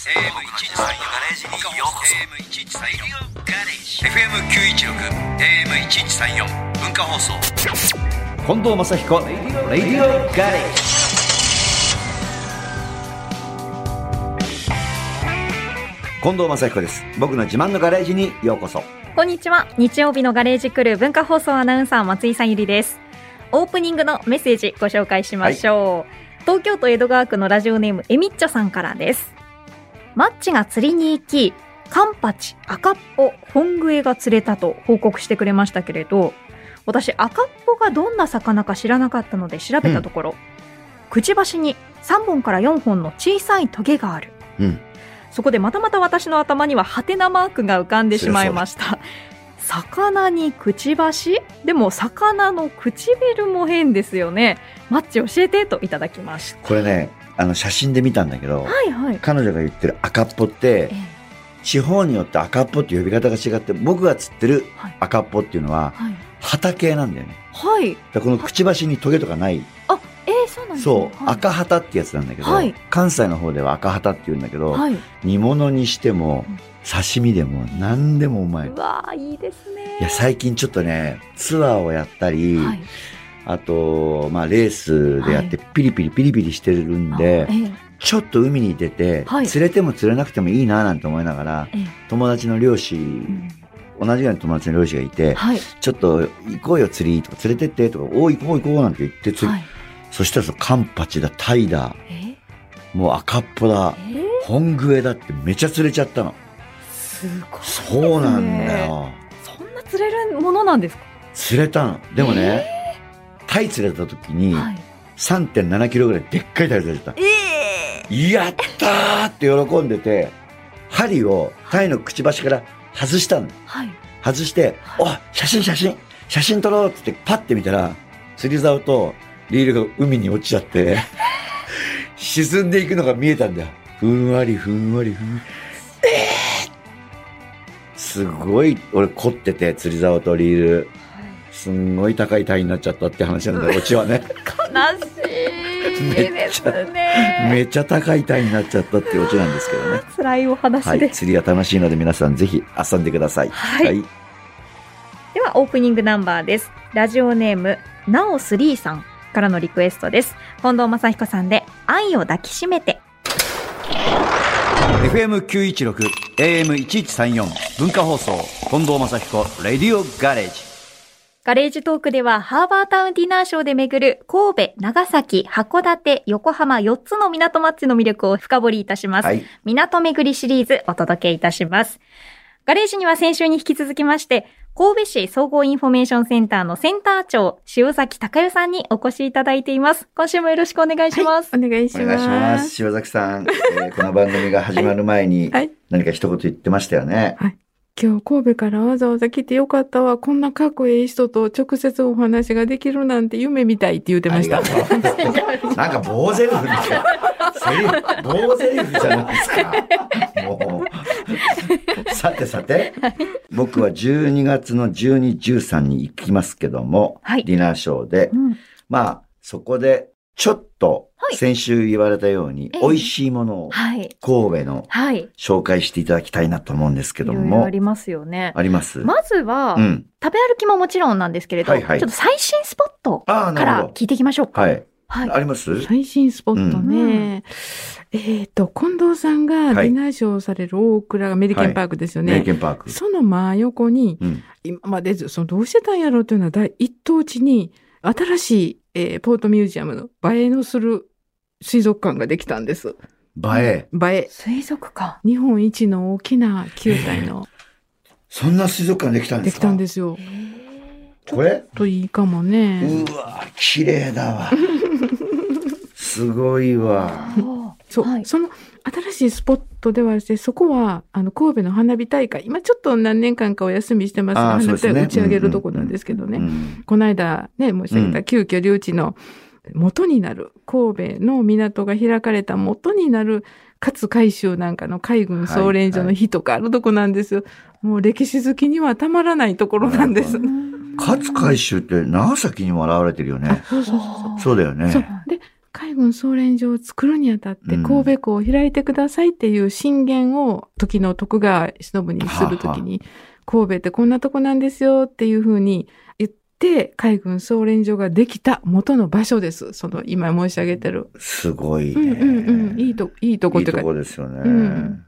FM916 AM1134 文化放送近藤正彦レディオガレージ近藤正彦です僕の自慢のガレージにようこそこんにちは。日曜日のガレージクルー文化放送アナウンサー松井さんゆりです。オープニングのメッセージご紹介しましょう。東京都江戸川区のラジオネームえみっちょさんからです。マッチが釣りに行き、カンパチ、赤っぽ、本グエが釣れたと報告してくれましたけれど、私赤っぽがどんな魚か知らなかったので調べたところ、くちばしに3本から4本の小さいトゲがある。うんそこでまたまた私の頭にはハテナマークが浮かんでしまいました。魚にくちばしでも魚の唇も変ですよね。マッチ教えてといただきました。これねあの写真で見たんだけど、はいはい。彼女が言ってる赤っぽってええ地方によって赤っぽって呼び方が違って僕が釣ってるはい赤っぽっていうのははい。旗系なんだよねはだい。からこのくちばしにトゲとかないあ、ええそうなんですね。そう、はい、赤旗ってやつなんだけど、はい関西の方では赤旗って言うんだけど、はい。煮物にしてもうん、刺身でも、何でもうまい。うわあ、いいですね。いや、最近ちょっとね、ツアーをやったり、はい。あと、まあ、レースでやって、ピリピリピリピリしてるんで、あええちょっと海に出て、はい釣れても釣れなくてもいいななんて思いながら、ええ友達の漁師、うん同じぐらいの友達の漁師がいて、はい。ちょっと行こうよ釣りとか連れてってとか、おい行こう行こうなんて言って釣り、はい。そしたらそのカンパチだ、タイだ、ええもう赤っぽだ、ええ本グエだってめちゃ釣れちゃったの。すごいですね。そうなんだ。よ。そんな釣れるものなんですか。釣れたの。でもね、タイ釣れた時にはい。 3.7キロぐらいでっかいタイ釣れちゃっええた。やったーって喜んでて、針をタイのくちばしから外したの。はい。外して、お写真写真写真撮ろうって言ってパッて見たら、釣り竿とリールが海に落ちちゃって、 沈んでいくのが見えたんだよ。ふんわりふんわりふんわり。えーすごい、俺凝ってて、釣り竿とリール。すんごい高い単位になっちゃったって話なんだ よ、オチはね。悲しいですね。めっちゃ高い単位になっちゃったってオチなんですけどね。辛いおは話い。です。釣りが楽しいので皆さんぜひ遊んでください。はいでは、オープニングナンバーです。ラジオネーム、なおスリーさんからのリクエストです。近藤正彦さんで、愛を抱きしめて。 FM916 AM1134 文化放送近藤正彦レディオガレージガレージトークでは、ハーバータウンディナーショーで巡る、神戸、長崎、函館、横浜4つの港マッチの魅力を深掘りいたします。はい港巡りシリーズお届けいたします。ガレージには先週に引き続きまして、神戸市総合インフォメーションセンターのセンター長、塩崎隆代さんにお越しいただいています。今週もよろしくお願いします。お願いしお願いしま。ますす塩崎さん、えーこの番組が始まる前にはいはい何か一言言ってましたよね、今日神戸からわざわざ来てよかったわ。こんなかっこいい人と直接お話ができるなんて夢みたいって言ってあまりしがた。とうなんか棒ゼリフみたいなセリフ棒ゼリフじゃないですかもうさてさて僕は12月の1213に行きますけども、はいディナーショーでうんまあ、そこで、ちょっとは、い先週言われたように、ええ美味しいものをはい。神戸のはい。い紹介していただきたいなと思うんですけどろいろもあ、りますよね。ありますまずは、うん。食べ歩きももちろんなんですけれど、はいはいちょっと最新スポットかああ、なるらほ聞いていきましょうど。か。はい。はい。あります最新スポットうんね。えっと、近藤さんがはデいィナーショーをされる大倉がメリケンパークですよメイね。ケンパーク。その真横に、うん。今までずそのどうしてたんやろうというのは第一等地に新しい、えーポートミュージアムの映えのする水族館ができたんです。映え。映え。水族館。日本一の大きな球体のそんな水族館できたんでですきかたんですよ。これといいかもね。うわ、綺麗だわ。すごいわ。あそう、はいその新しいスポットではありまして、そこはあの神戸の花火大会、今ちょっと何年間かお休みしてますが、あー花火そう大です会ね打ち上げるとこなんですけどね。うんこの間ね、申し上げた急遽留置の元になる、神戸の港が開かれた元になる、勝海舟なんかの海軍総連所の日とかあるとこなんですよ。もう歴史好きにはたまらないところなんです。ー勝海舟って長崎にも現れてるよね。そうそうそうそう。そうだよそうね。で海軍総連所を作るにあたってうん神戸港を開いてくださいっていう進言を時の徳川忍にするときに、神戸ってこんなとこなんですよっていうふうに言って、海軍総連所ができた元の場所です。その今申し上げてる。すごいうね。んうんうん。いいと、いいといこっいていうとか。こですよね。うん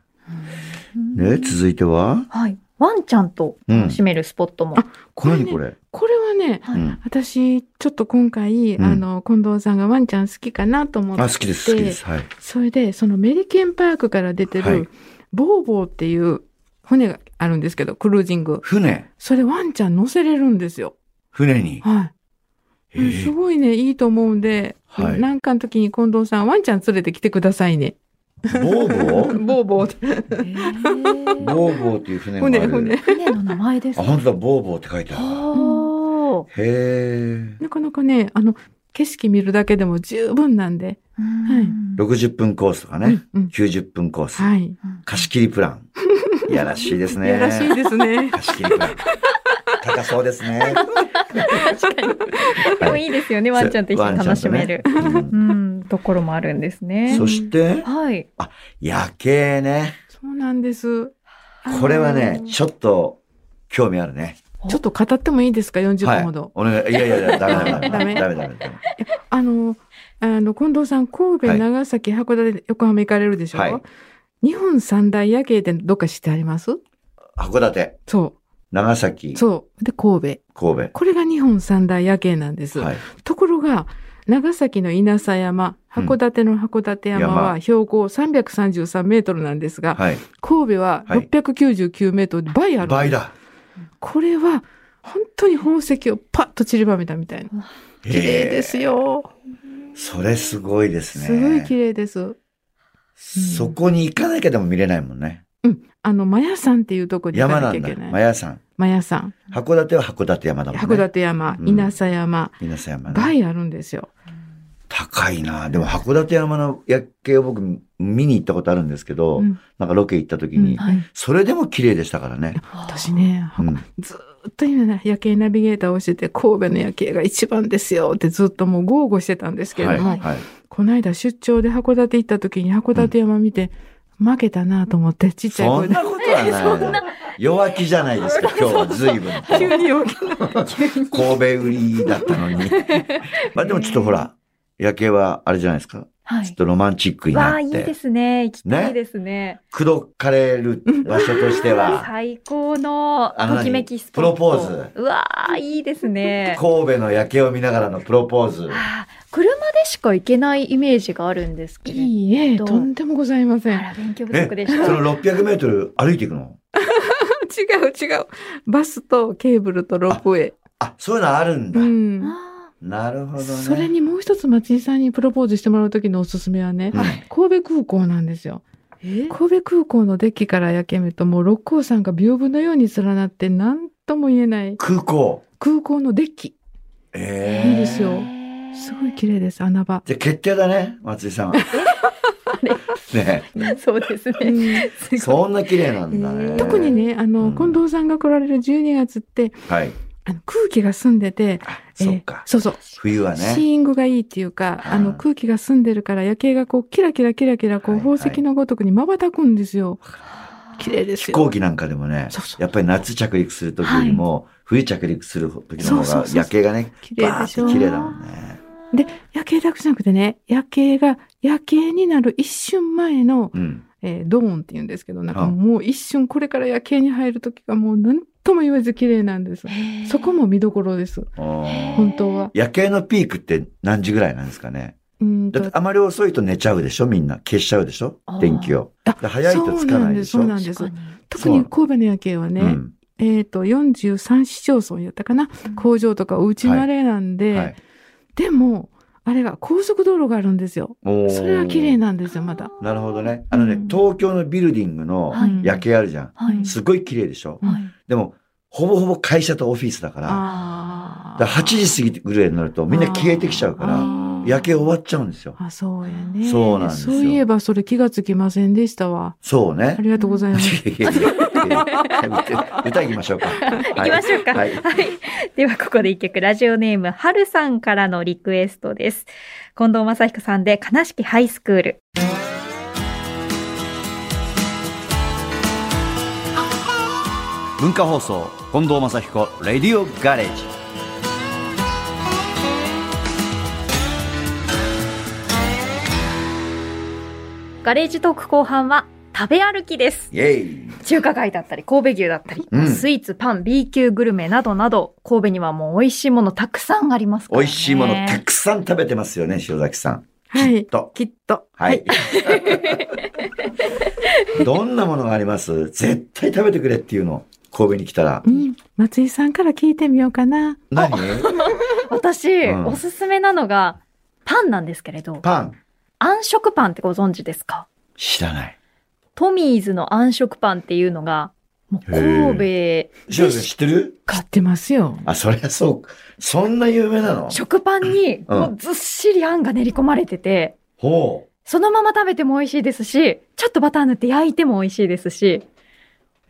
ね、続いてははい。ワンちゃんと楽しめるスポットも。うんこれ何ねこれこれはね、はいうん私、ちょっと今回、うんあの、近藤さんがワンちゃん好きかなと思って。あ、好きです、好きです。はい。それで、そのメリケンパークから出てる、はいボーボーっていう船があるんですけど、クルージング。船それワンちゃん乗せれるんですよ。船に。はへい。えすごいね、いいと思うんで、はいなんかの時に近藤さん、ワンちゃん連れてきてくださいね。ボーボーボーボーって。へーボーボーっていう船もあ船、る。船。船の名前ですあ、か。本当だ、ボーボーって書いてある。はへえ。 なかなかね、あの、景色見るだけでも十分なんで。あ。はい60分コースとかね。うんうん90分コース。はい。貸し切りプラン。いやらしいですいね。やらしいですね。貸し切りプラン。高そうですね。確かに。でもいいですよね、ワンちゃんと一緒に楽しめる。ワンちゃんとね。ううんん、ところもあるんですねそ。して、はい。夜景ね。 そうなんです。あのこれはね、ちょっと興味あるね。ちょっと語ってもいいですか、40分ほど。はい、お願い。いやいやいや、ダメダメダダメ。メダメダメダメ。あの、あの、近藤さん、神戸、はい長崎、函館、横浜行かれるでしょ、はい日本三大夜景ってどっか知ってあります函館、そ長崎う。、そう。で、神戸。神これが日本三大夜景なんです。戸。はい。ところが、長崎の稲佐山、函館の函館山うは標高333メートルなんですが、はい。神戸ははい699メートルで倍ある。倍。だ。これは、本当に宝石をパッと散りばめたみたいな。綺麗ですよ。へえ。それすごいですね。すごい綺麗です。そこに行かなきゃでも見れないもんね。うん。あの、マヤ山っていうところに行山かななきんゃいだけ。なマい。ヤ山。マヤ山。函館は函館山だもんね。函館山、うん稲佐山、皆さん山ね。倍あるんですよ。高いな。でも函館山の夜景を僕見に行ったことあるんですけど、うんなんかロケ行った時に、うんはいそれでも綺麗でしたからね。私ね、うんずーっと今ね、夜景ナビゲーターをしてて、神戸の夜景が一番ですよってずっともう豪語してたんですけれども、はい。はいこの間出張で函館行った時に函館山見て、負けたなと思って、ちっちゃいそ声んでな。こと はない。弱気じゃないですか、今日は随分と。急に起神き戸売りだったの に。まあでもちょっとほら、夜景はあれじゃないですか。はちょっい。とロマンチックにわなあ、っいいでて、すね。行きたいですね。口説かれる場所として は、最高のあの何ときめきスポット。プロポーズ。うわあ、いいですね。神戸の夜景を見ながらのプロポーズ。あー車でしか行けないイメージがあるんですけど。いいえ、どうとんでもございません。あら、勉強不え足で、そした。の600メートル歩いていくの 違う違う。バスとケーブルとロープウェイ。あ、そういうのあるんだう。ん。あなるほどね。それにもう一つ松井さんにプロポーズしてもらう時のおすすめはね、うん神戸空港なんですよ。ーえ神戸空港のデッキから夜景見るともう六甲山が屏風のように連なって何とも言えない空港。空港のデッキ。ええいいですよすごい綺麗です、穴場。じゃあ決定だね、松井さ んは。ねそうですうね。んすごいそんな綺麗なんだね。特に。ね、あうの、ん近藤さんが来られる12月って、はい。あの空気が澄んでて、あえーそっか。そうそう、冬はシーね。イングがいいっていうか、あーあの空気が澄んでるから夜景がこうキラキラキラキラこうはいはい宝石のごとくに瞬くんですよ。綺麗です飛よ。行機なんかでもねそう、そうやっぱり夏着陸する時よりも、冬着陸する時のそう方そがうそう夜景がね、綺麗バーでっしょて綺麗だもんね。夜景だけじゃなくてね、夜景が、夜景になる一瞬前の、うん。えードーンって言うんですけど、なんあかもう一瞬これから夜景に入る時がもう何とも言わず綺麗なんです。そこも見どころです。おー本当は。夜景のピークって何時ぐらいなんですかね。うーんだってあまり遅いと寝ちゃうでしょみんな。消しちゃうでしょあー電気を。あで早いとつかないでしょそうなんーです、そう確なんです。かに特に神戸の夜景はね、うんえっ、と、43市町村やったかな、工場とかおうちのあれなんで、はいでも、あれが高速道路があるんですよ。おーそれは綺麗なんですよ、まだ。なるほどね。あのね、うん東京のビルディングのはいうん夜景あるじゃん。はい。うんすごい綺麗でしょはい。でも、ほぼほぼ会社とオフィスだから、あだから8時過ぎぐらいになるとみんな消えてきちゃうかあら、ー夜景終わっちゃうんですよ。あ、そうやね。そうなんですよそういえばそれ気がつきませんでしたわ。そうねあ。りがとうございます。いやい やいやはい歌いきましょ うか。行きましょうか。ははいい。では、ここで一曲、ラジオネーム、はるさんからのリクエストです。近藤正彦さんで、悲しきハイスクール。文化放送近藤正彦レディオガレージガレージトーク後半は、食べ歩きです。イェイ。中華街だったり、神戸牛だったり、うんスイーツ、パン、B 級グルメなどなど、神戸にはもう美味しいものたくさんありますから美ね。味しいものたくさん食べてますよね、塩崎さん。 はい。と。きっと。はい。 どんなものがあります絶対食べてくれっていうの。神戸に来たらう。ん。松井さんから聞いてみようかな。何私、うんおすすめなのが、パンなんですけれど、パン暗食パンってご存知ですか知らない。トミーズの暗食パンっていうのが、もう神戸で塩崎さん知ってる買ってますよ。あ、そりゃそうか。そんな有名なの食パンにうんもうずっしりあんが練り込まれてて、ほう。そのまま食べても美味しいですし、ちょっとバター塗って焼いても美味しいですし、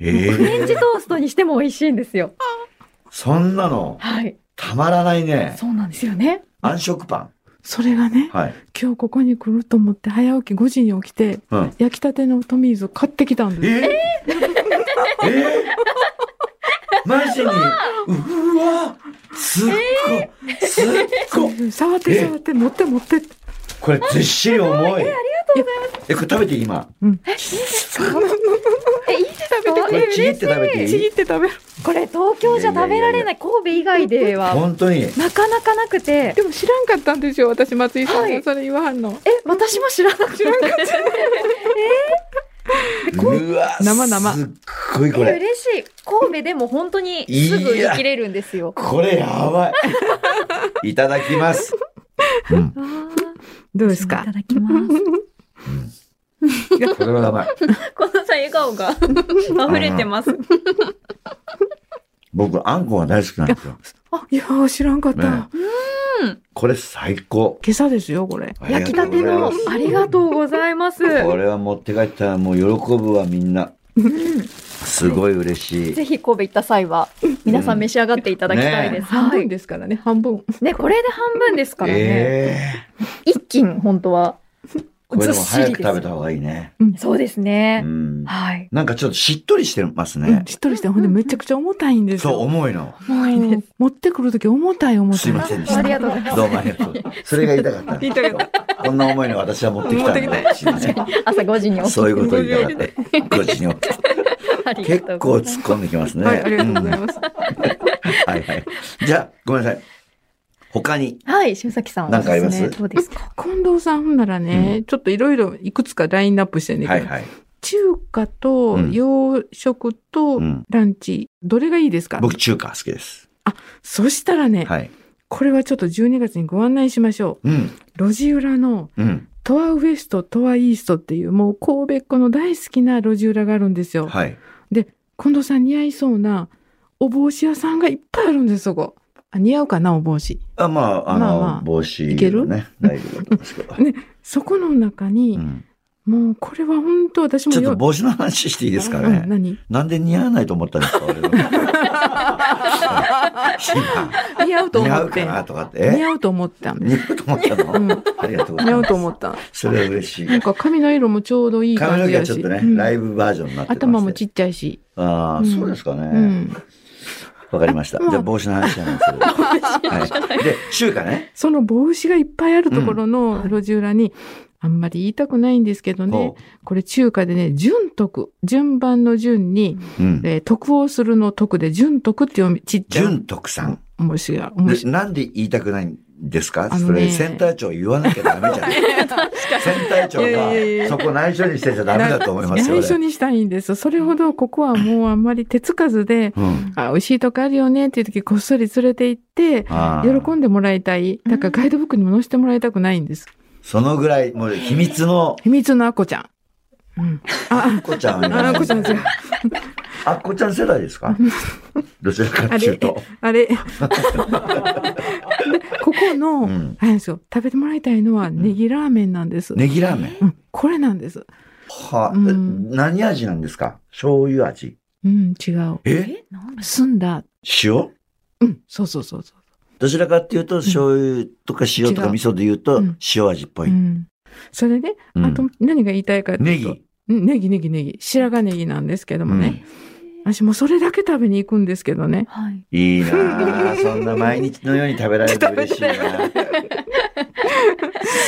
ええフレンチトーストにしても美味しいんですよ。そんなの、はい。たまらないね。そうなんですよね。暗食パそれがねン。、はい。今日ここに来ると思って早起き5時に起きて、うん。焼きたてのトミーズを買ってきたんえです。ええマジにうわすっごすっご触って触って、持って持ってって。これずっしり重い。え、ありがとうございます。え、これ食べていい今。え、いいですかこれちぎって食べてちいぎいって食べる。これ東京じゃ食べられない神戸以外では、本当に。なかなかなくて、でも知らんかったんですよ、私、松井さんが、はいそれ言わはんの。え、私も知らなくて。うわ生々すっごいえこれ。嬉しい。神戸でも本当にすぐ売り切れるんですよ。これやばい。いただきます。うん。どうですかいただきます。これはやばい。このさん笑顔 が溢れてます。僕、あんこが大好きなんですよ。あ、いやー、知らんかった。ねこれ最高。今朝ですよ、これ。ありが焼ときうございたてまのす、ありがとうございます。これは持って帰ったらもう喜ぶわ、みんな。すごい嬉しい。ぜひ神戸行った際は、皆さん召し上がっていただきたいです。半は分い。ですからね、半分。ね、これで半分ですからね。ええ一斤、本当は。これでも早ずっしりくです食べた方がいいね。そうでうすね。ん。はい。なんかちょっとしっとりしてますうんね。しっとりして、ほんでめちゃくちゃ重たいんですそう、よ。重いの。重いです。持ってくるとき重たい、重たい。すいませんでした。ありがとうございますどうもありがとうござい ます。それが言いたかった。言いたかこんな重いの私は持ってきたん持ってきで。すいません。朝5時に起きて。そういうことを言いたかった。ご自身をあり結がとう構ござい突っ込んできますね。はい、ありがとうございんます。はいはい。じゃあ、ごめんなさい。他に。ます。はい、塩崎さんなんかありますおすすめどうですか近藤さんほんならね、ちょっといろいろいくつかラインナップしてんねんけはど、いはい。中華とうん洋食とうんランチ、どれがいいですか僕、中華好きです。そしたらね、はい。これはちょっと12月にご案内しましょうん。う。路地裏のうん。トアウエスト、トアイーストっていうもう神戸っ子の大好きな路地裏があるんですよ。はい。近藤さん似合いそうなお帽子屋さんがいっぱいあるんです、そこ。あ似合うかな、お帽子。あ、まあ、あまあまのあ、帽子、ね。いける大丈夫だと思いますけど。そこの中うに、んもうこれは本当私もちょっよと帽子の話していいですかうねん。何なんで似合わないと思ったんですか俺 は似合うと今似思合うっかて。なとかって。似え合うと思った んで似す。合うと思ったの、うんありがとうござ似い合まうすと。思った。それは嬉しい。なんか髪の色もちょうどいい髪感のじ毛はやちし。ょっとね、うんライブバージョンになってます、ね。頭もちっちゃいし。ああ、うんそうですかね。わ、うん。かりました。まあじゃあ帽子の話じゃない ですけど。はい、で、中華ね。その帽子がいっぱいあるところの路地裏に、あんまり言いたくないんですけどねこ、これ中華でね、順徳、順番の順に、う。うん。えー徳をするの徳で順徳って読み、ちっちゃい純徳さん。面白い。面で白い。なんで言いたくないんですか、あのねそれセンター長言わなきゃダメ じゃないセンター長いやいやいやがそこ内緒にしてちゃダメだと思いますよ。内緒俺にしたいんです。それほどここはもうあんまり手つかずで、うん。あ、美味しいとこあるよねっていう時こっそり連れて行って、あー喜んでもらいたい。だからガイドブックにも載せてもらいたくないんです。そのぐらい、もう秘密の、秘密のアッコちゃん。うん。あ、こちゃんあ、あアッコちゃん違う。あっこちゃん世 代ですかどちらかっていうと。あれ。で、こここの、うんあれなんですよ、食べてもらいたいのはネギラーメンなんです。ネギラーメン。うん、これなんです。はあ、うんえ何味なんですか醤油味。うん、違う。えなんだ澄んだ。塩うん、そうそうそうそどちらかっていうと、醤油とか塩とか違う味噌で言うとうん、塩味っぽう。うい。ん。それで、うんあと何が言いたいかとネいうと、ギ。うんネギネギネギ。白髪ネギなんですけどもね。えー私もうそれだけ食べに行くんですけどね。はい。いいなあそんな毎日のように食べら れて嬉しいな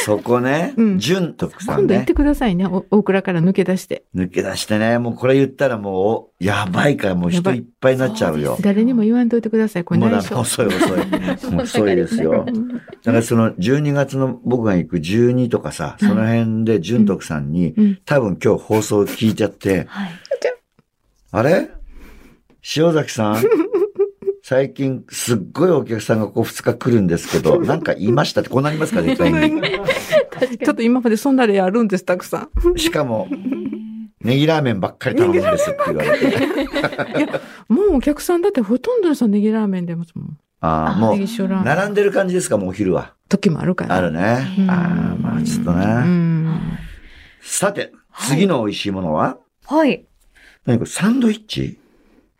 そこねう、ん純徳さ今ん度行っねて。くださいね。お大倉から抜け出して。抜け出してね、もうこれ言ったらもう、やばいからもうやば人いいっぱいになっちゃうよ。誰にも言わんといてください。これもう内だ、緒。遅い 遅い。もう遅いですよ。うんだからその12月の僕が行く12とかさ、その辺で純徳さんに、うん多分今日放送聞いちゃって、はい。あれ塩崎さん最近すっごいお客さんがこう2日来るんですけど、なんか言いましたってこうなりますか絶対に。ちょっと今までそんな例あるんです、たくさん。しかも、ネギラーメンばっかり頼むんですって言われて。もうお客さんだってほとんどの人ネギラーメン出ますもん。ああ、もネうギ塩ラーメン。並んでる感じですかもうお昼は。時もあるから。あるね。うんああ、まあちょっとうね。ん。さて、次の美味しいものははい。何これサンドイッチ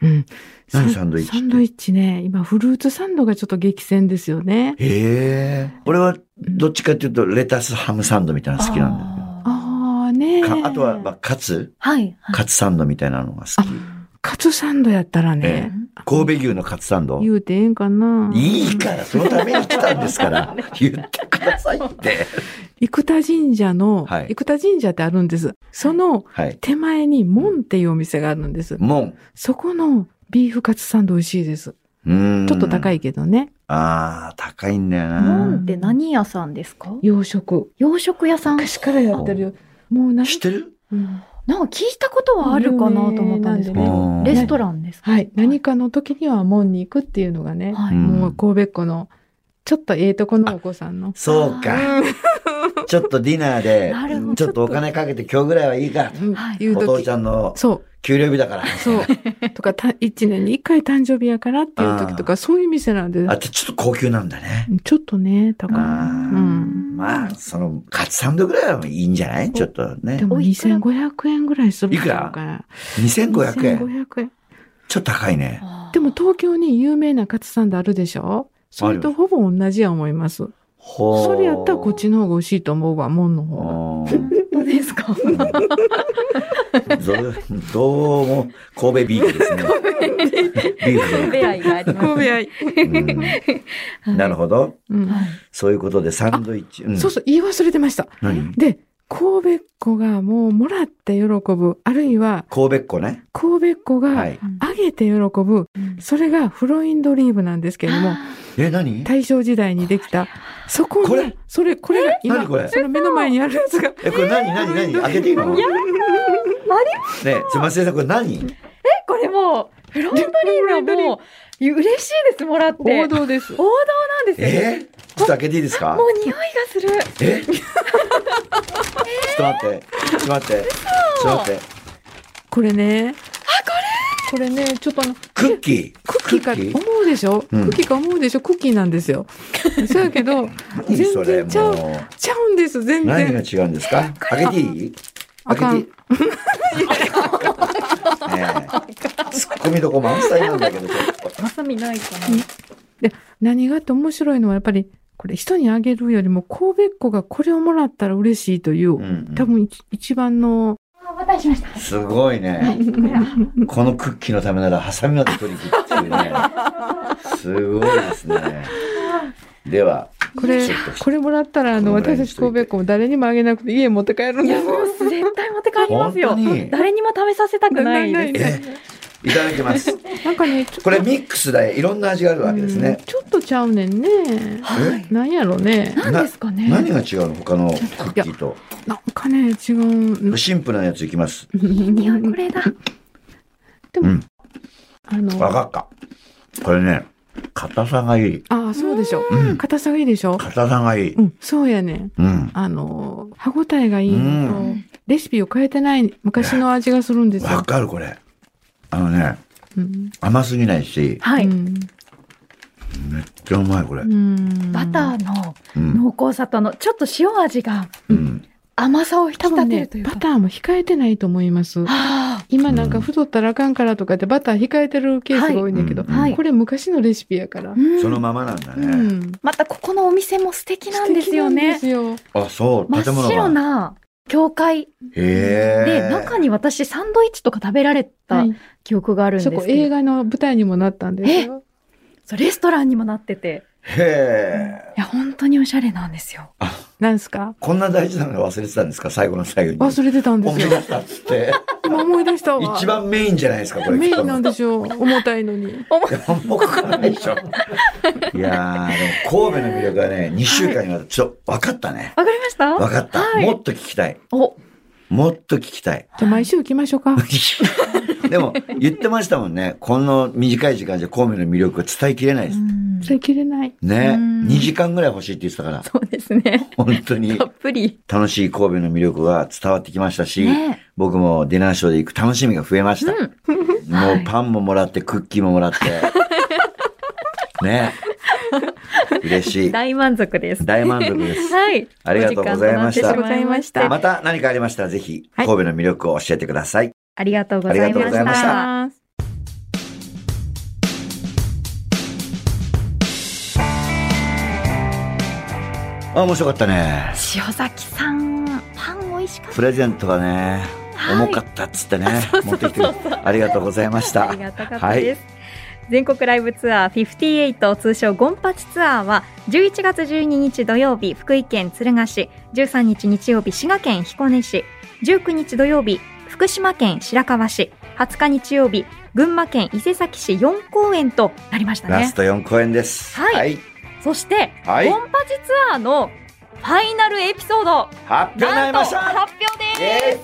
うん。何さサンドイッチってサンドイッチね。今、フルーツサンドがちょっと激戦ですよね。へえ。俺はどっちかっていうとレタスハムサンドみたいなの好きなんだよね。あああねかあとは、まあ、カツー。はい。はいカツサンドみたいなのが好き。カツサンドやったらね。神戸牛のカツサンド言うてええんかないいから、そのために来たんです から、言ってくださいって。生田神社の、はい生田神社ってあるんです。そのはい。手前に門っていうお店があるんです。もん。そこのビーフカツサンド美味しいです。うーんちょっと高。いけどね。ああ、高いんだよモな。ンって何屋さんですか洋食。洋食屋さん。昔からやってるよ。もうな、知ってるうんなんか聞いたことはあるかなと思ったんですけ有名ど、なんでねレストランですかはい。何かの時には門に行くっていうのがね、はうい。んもう神戸っ子の、ちょっとええとこのお子さんの。そうか。 ちょっとディナーでなるほ、どちょっとお金かけて今日ぐらいはいいか。うんはいいうお父時ち。ゃんのそう。給料日だから。そう。とか、た一年に一回誕生日やからっていう時とか、そういう店なんであ、ちょちょっと高級なんだね。ちょっとね、高い。うあーん。まあ、その、カツサンドぐらいはいいんじゃないちょっとねで。もおいくら2500円ぐらいするいくらから。 2500円。 2500円。ちょっと高いね。あーでも東京に有名なカツサンドあるでしょそれとほぼ同じや思います。ほそれやったらこっちの方が美味しいと思うわ、もんの方が。の。うん本当です かどどうも、神戸ビーフですね。ビーフ出会いがあります。神戸愛。ね。 うんなるほど。うんそういうことで、サンドイッチ。うんそうそう、言い忘れてました。何で、神戸っ子がもうもらって喜ぶ、あるいは神戸っ子ね。神戸っ子はがい。あげて喜ぶ、それがフロインドリームなんですけれども、え、何大正時代にできた、そここにれ、それ、これが今、何これその目の前にあるやつが、え、これ何何何開けていいのねえ、すみませんこれ何これもう、フロントリームはもう、嬉しいです、もらって。王道です。王道なんですよ。えちょっと開けていいですかもう匂いがする。えちょっと待って。ちょっと待って。ちょっと待って。これね。あ、これこれね、ちょっとあの、クッキー。クッキーかク思うでしょ、うんクッキーか思うでしょクッキーなんですよ。そうやけど、何そ全れ然ちゃもう、う。ちゃうんです、全何が然。違うんですか開けていいあかん開けていいねえツッコミどこ満載なんだけど、ちょっと。まさみないかな。何があって面白いのはやっぱり、これ人にあげるよりも神戸っ子がこれをもらったら嬉しいという、うんうん多分一一番の、すごいね。このクッキーのためならハサミまで取り切るっていうね。すごいですね。では、これちょっ、とこれもらったらあの、このぐらい私にたしちといて神戸っ子も誰にもあげなくて家持って帰るんいでや、すもうよ。絶対持って帰りますよ本当に。誰にも食べさせたくないなでななす。え、いただきます。なんかね、ちょっこれミックスだよ。いろんな味があるわけですねうん。ちょっとちゃうねんね。えなんやろね。な何ですかね。何が違うの他のクッキーと。なんかね、違う。シンプルなやついきます。 いや、これだ。うん。あの、わかった。これね、硬さがいい。ああ、そうでしょ。硬さがいいでしょ。硬さがいい。うん、そうやねん。うん。あの、歯ごたえがいいのと、うレシピを変えてない昔の味がするんですわよ。かる、これ。あのね、うん甘すぎないし、はうい。んめっちゃうまい、これ。うんバターのうん。濃厚さとあの、ちょっと塩味がうん。甘さを引き多立分てるねというか。バターも控えてないと思いますはあ今なんか太ったらあかんからとかってバター控えてるケースが多いんだけど、うんはいこれ昔のレシピやから、うんそのままなんだうね。んまたここのお店も素敵なんですよね。素敵なんですよあ、そう、真建っ物白が。な教会へえ。で、中に私サンドイッチとか食べられたはい記憶があるんですそけこど、映画の舞台にもなったんですよ。そうレストランにもなってて、へえ。いや、本当におしゃれなんですよ。なんですかこんな大事なの忘れてたんですか最後の最後に。忘れてたんで思すいよ出。したっつ って。今思い出したわ。一番メインじゃないですか、これ。メインなんで。でしょう。重たいのに。重くないでしょ。いやー、でも神戸の魅力はね、2週間にわたって、ちょっと分かったね。わかりました分かった。はいもっと聞きたい。お、もっと聞きた い。じゃあ毎週行きまし ょうか。でも、言ってましたもんね。この短い時間じゃ神戸の魅力を伝えきれないです。それ切れない。ね。うん2時間ぐらい欲しいって言ってたから、 そうですね。本当にたっぷり。楽しい神戸の魅力が伝わってきましたし、ね僕もディナーショーで行く楽しみが増えました。もはういパンももらって、クッキーももらって。 ね。嬉しい。大満足です。大満足です。はい。ありがとうございましたお時間となってまいました。また何かありましたら、ぜひはい神戸の魅力を教えてください。ありがとうございました。ありがとうございましたあ、面白かったね。塩崎さん、パン美味しかっプレゼントがね、はい。重かったっつってね、持ってきてくれてありがとうございましたたあり。がたかったです。全国ライブツアー58通称ゴンパチツアーは11月12日土曜日福井県敦賀市13日日曜日滋賀県彦根市19日土曜日福島県白河市20日日曜日群馬県伊勢崎市4公演となりましたラねスト4公演です。はいはい。そして、はいゴンパチツアーのファイナルエピソード発表にななりんとました発表ですえ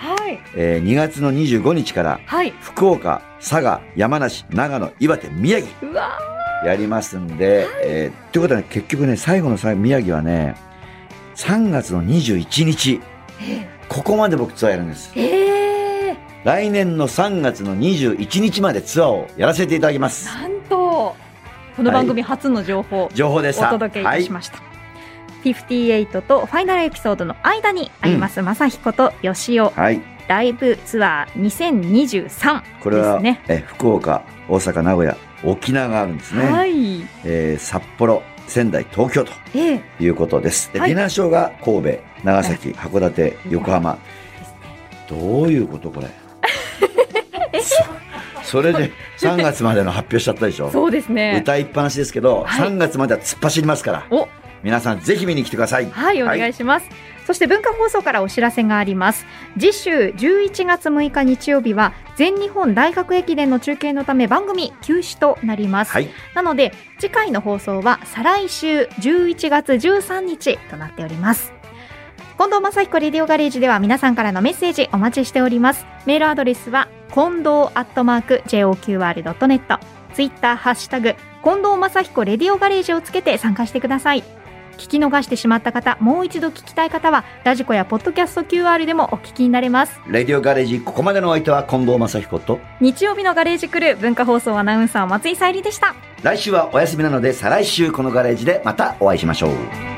はいえー !2 月の25日から、はい福岡、佐賀、山梨、長野、岩手、宮城、うわやりますんで、えー、ということはね、結局ね、最後の最後、宮城はね、3月の21日、ここまで僕ツアーやるんです。ーえー、来年の3月の21日までツアーをやらせていただきます。なんとこの番組初の情報、情報でした。お届けいたしはました。58とファイナルエピソードの間にあります、まさひことよしおい。はい。ライブツアー2023これでは、すね。え福岡、大阪、名古屋、沖縄があるんですね。はい。えー札幌、仙台、東京とええ。いうことです。で、はいディナーショーが神戸、長崎、函館、横浜。どういうこと これ。そそれで3月までの発表しちゃったでしょ。そうですね。歌いっぱなしですけど、はい3月までは突っ走りますから、お皆さんぜひ見に来てください。はい、お願いします。そして文化放送からお知らせがあります。次週11月6日日曜日は全日本大学駅伝の中継のため番組休止となります。はい。なので次回の放送は再来週11月13日となっております近藤正彦レディオガレージでは皆さんからのメッセージお待ちしておりますメールアドレスは近藤アットマーク JOQR.net ツイッターハッシュタグ近藤正彦レディオガレージをつけて参加してください聞き逃してしまった方もう一度聞きたい方はラジコやポッドキャスト QR でもお聞きになれますレディオガレージ、ここまでのお相手は近藤正彦と、日曜日のガレージクルー文化放送アナウンサー松井さゆりでした来週はお休みなので、再来週このガレージでまたお会いしましょう。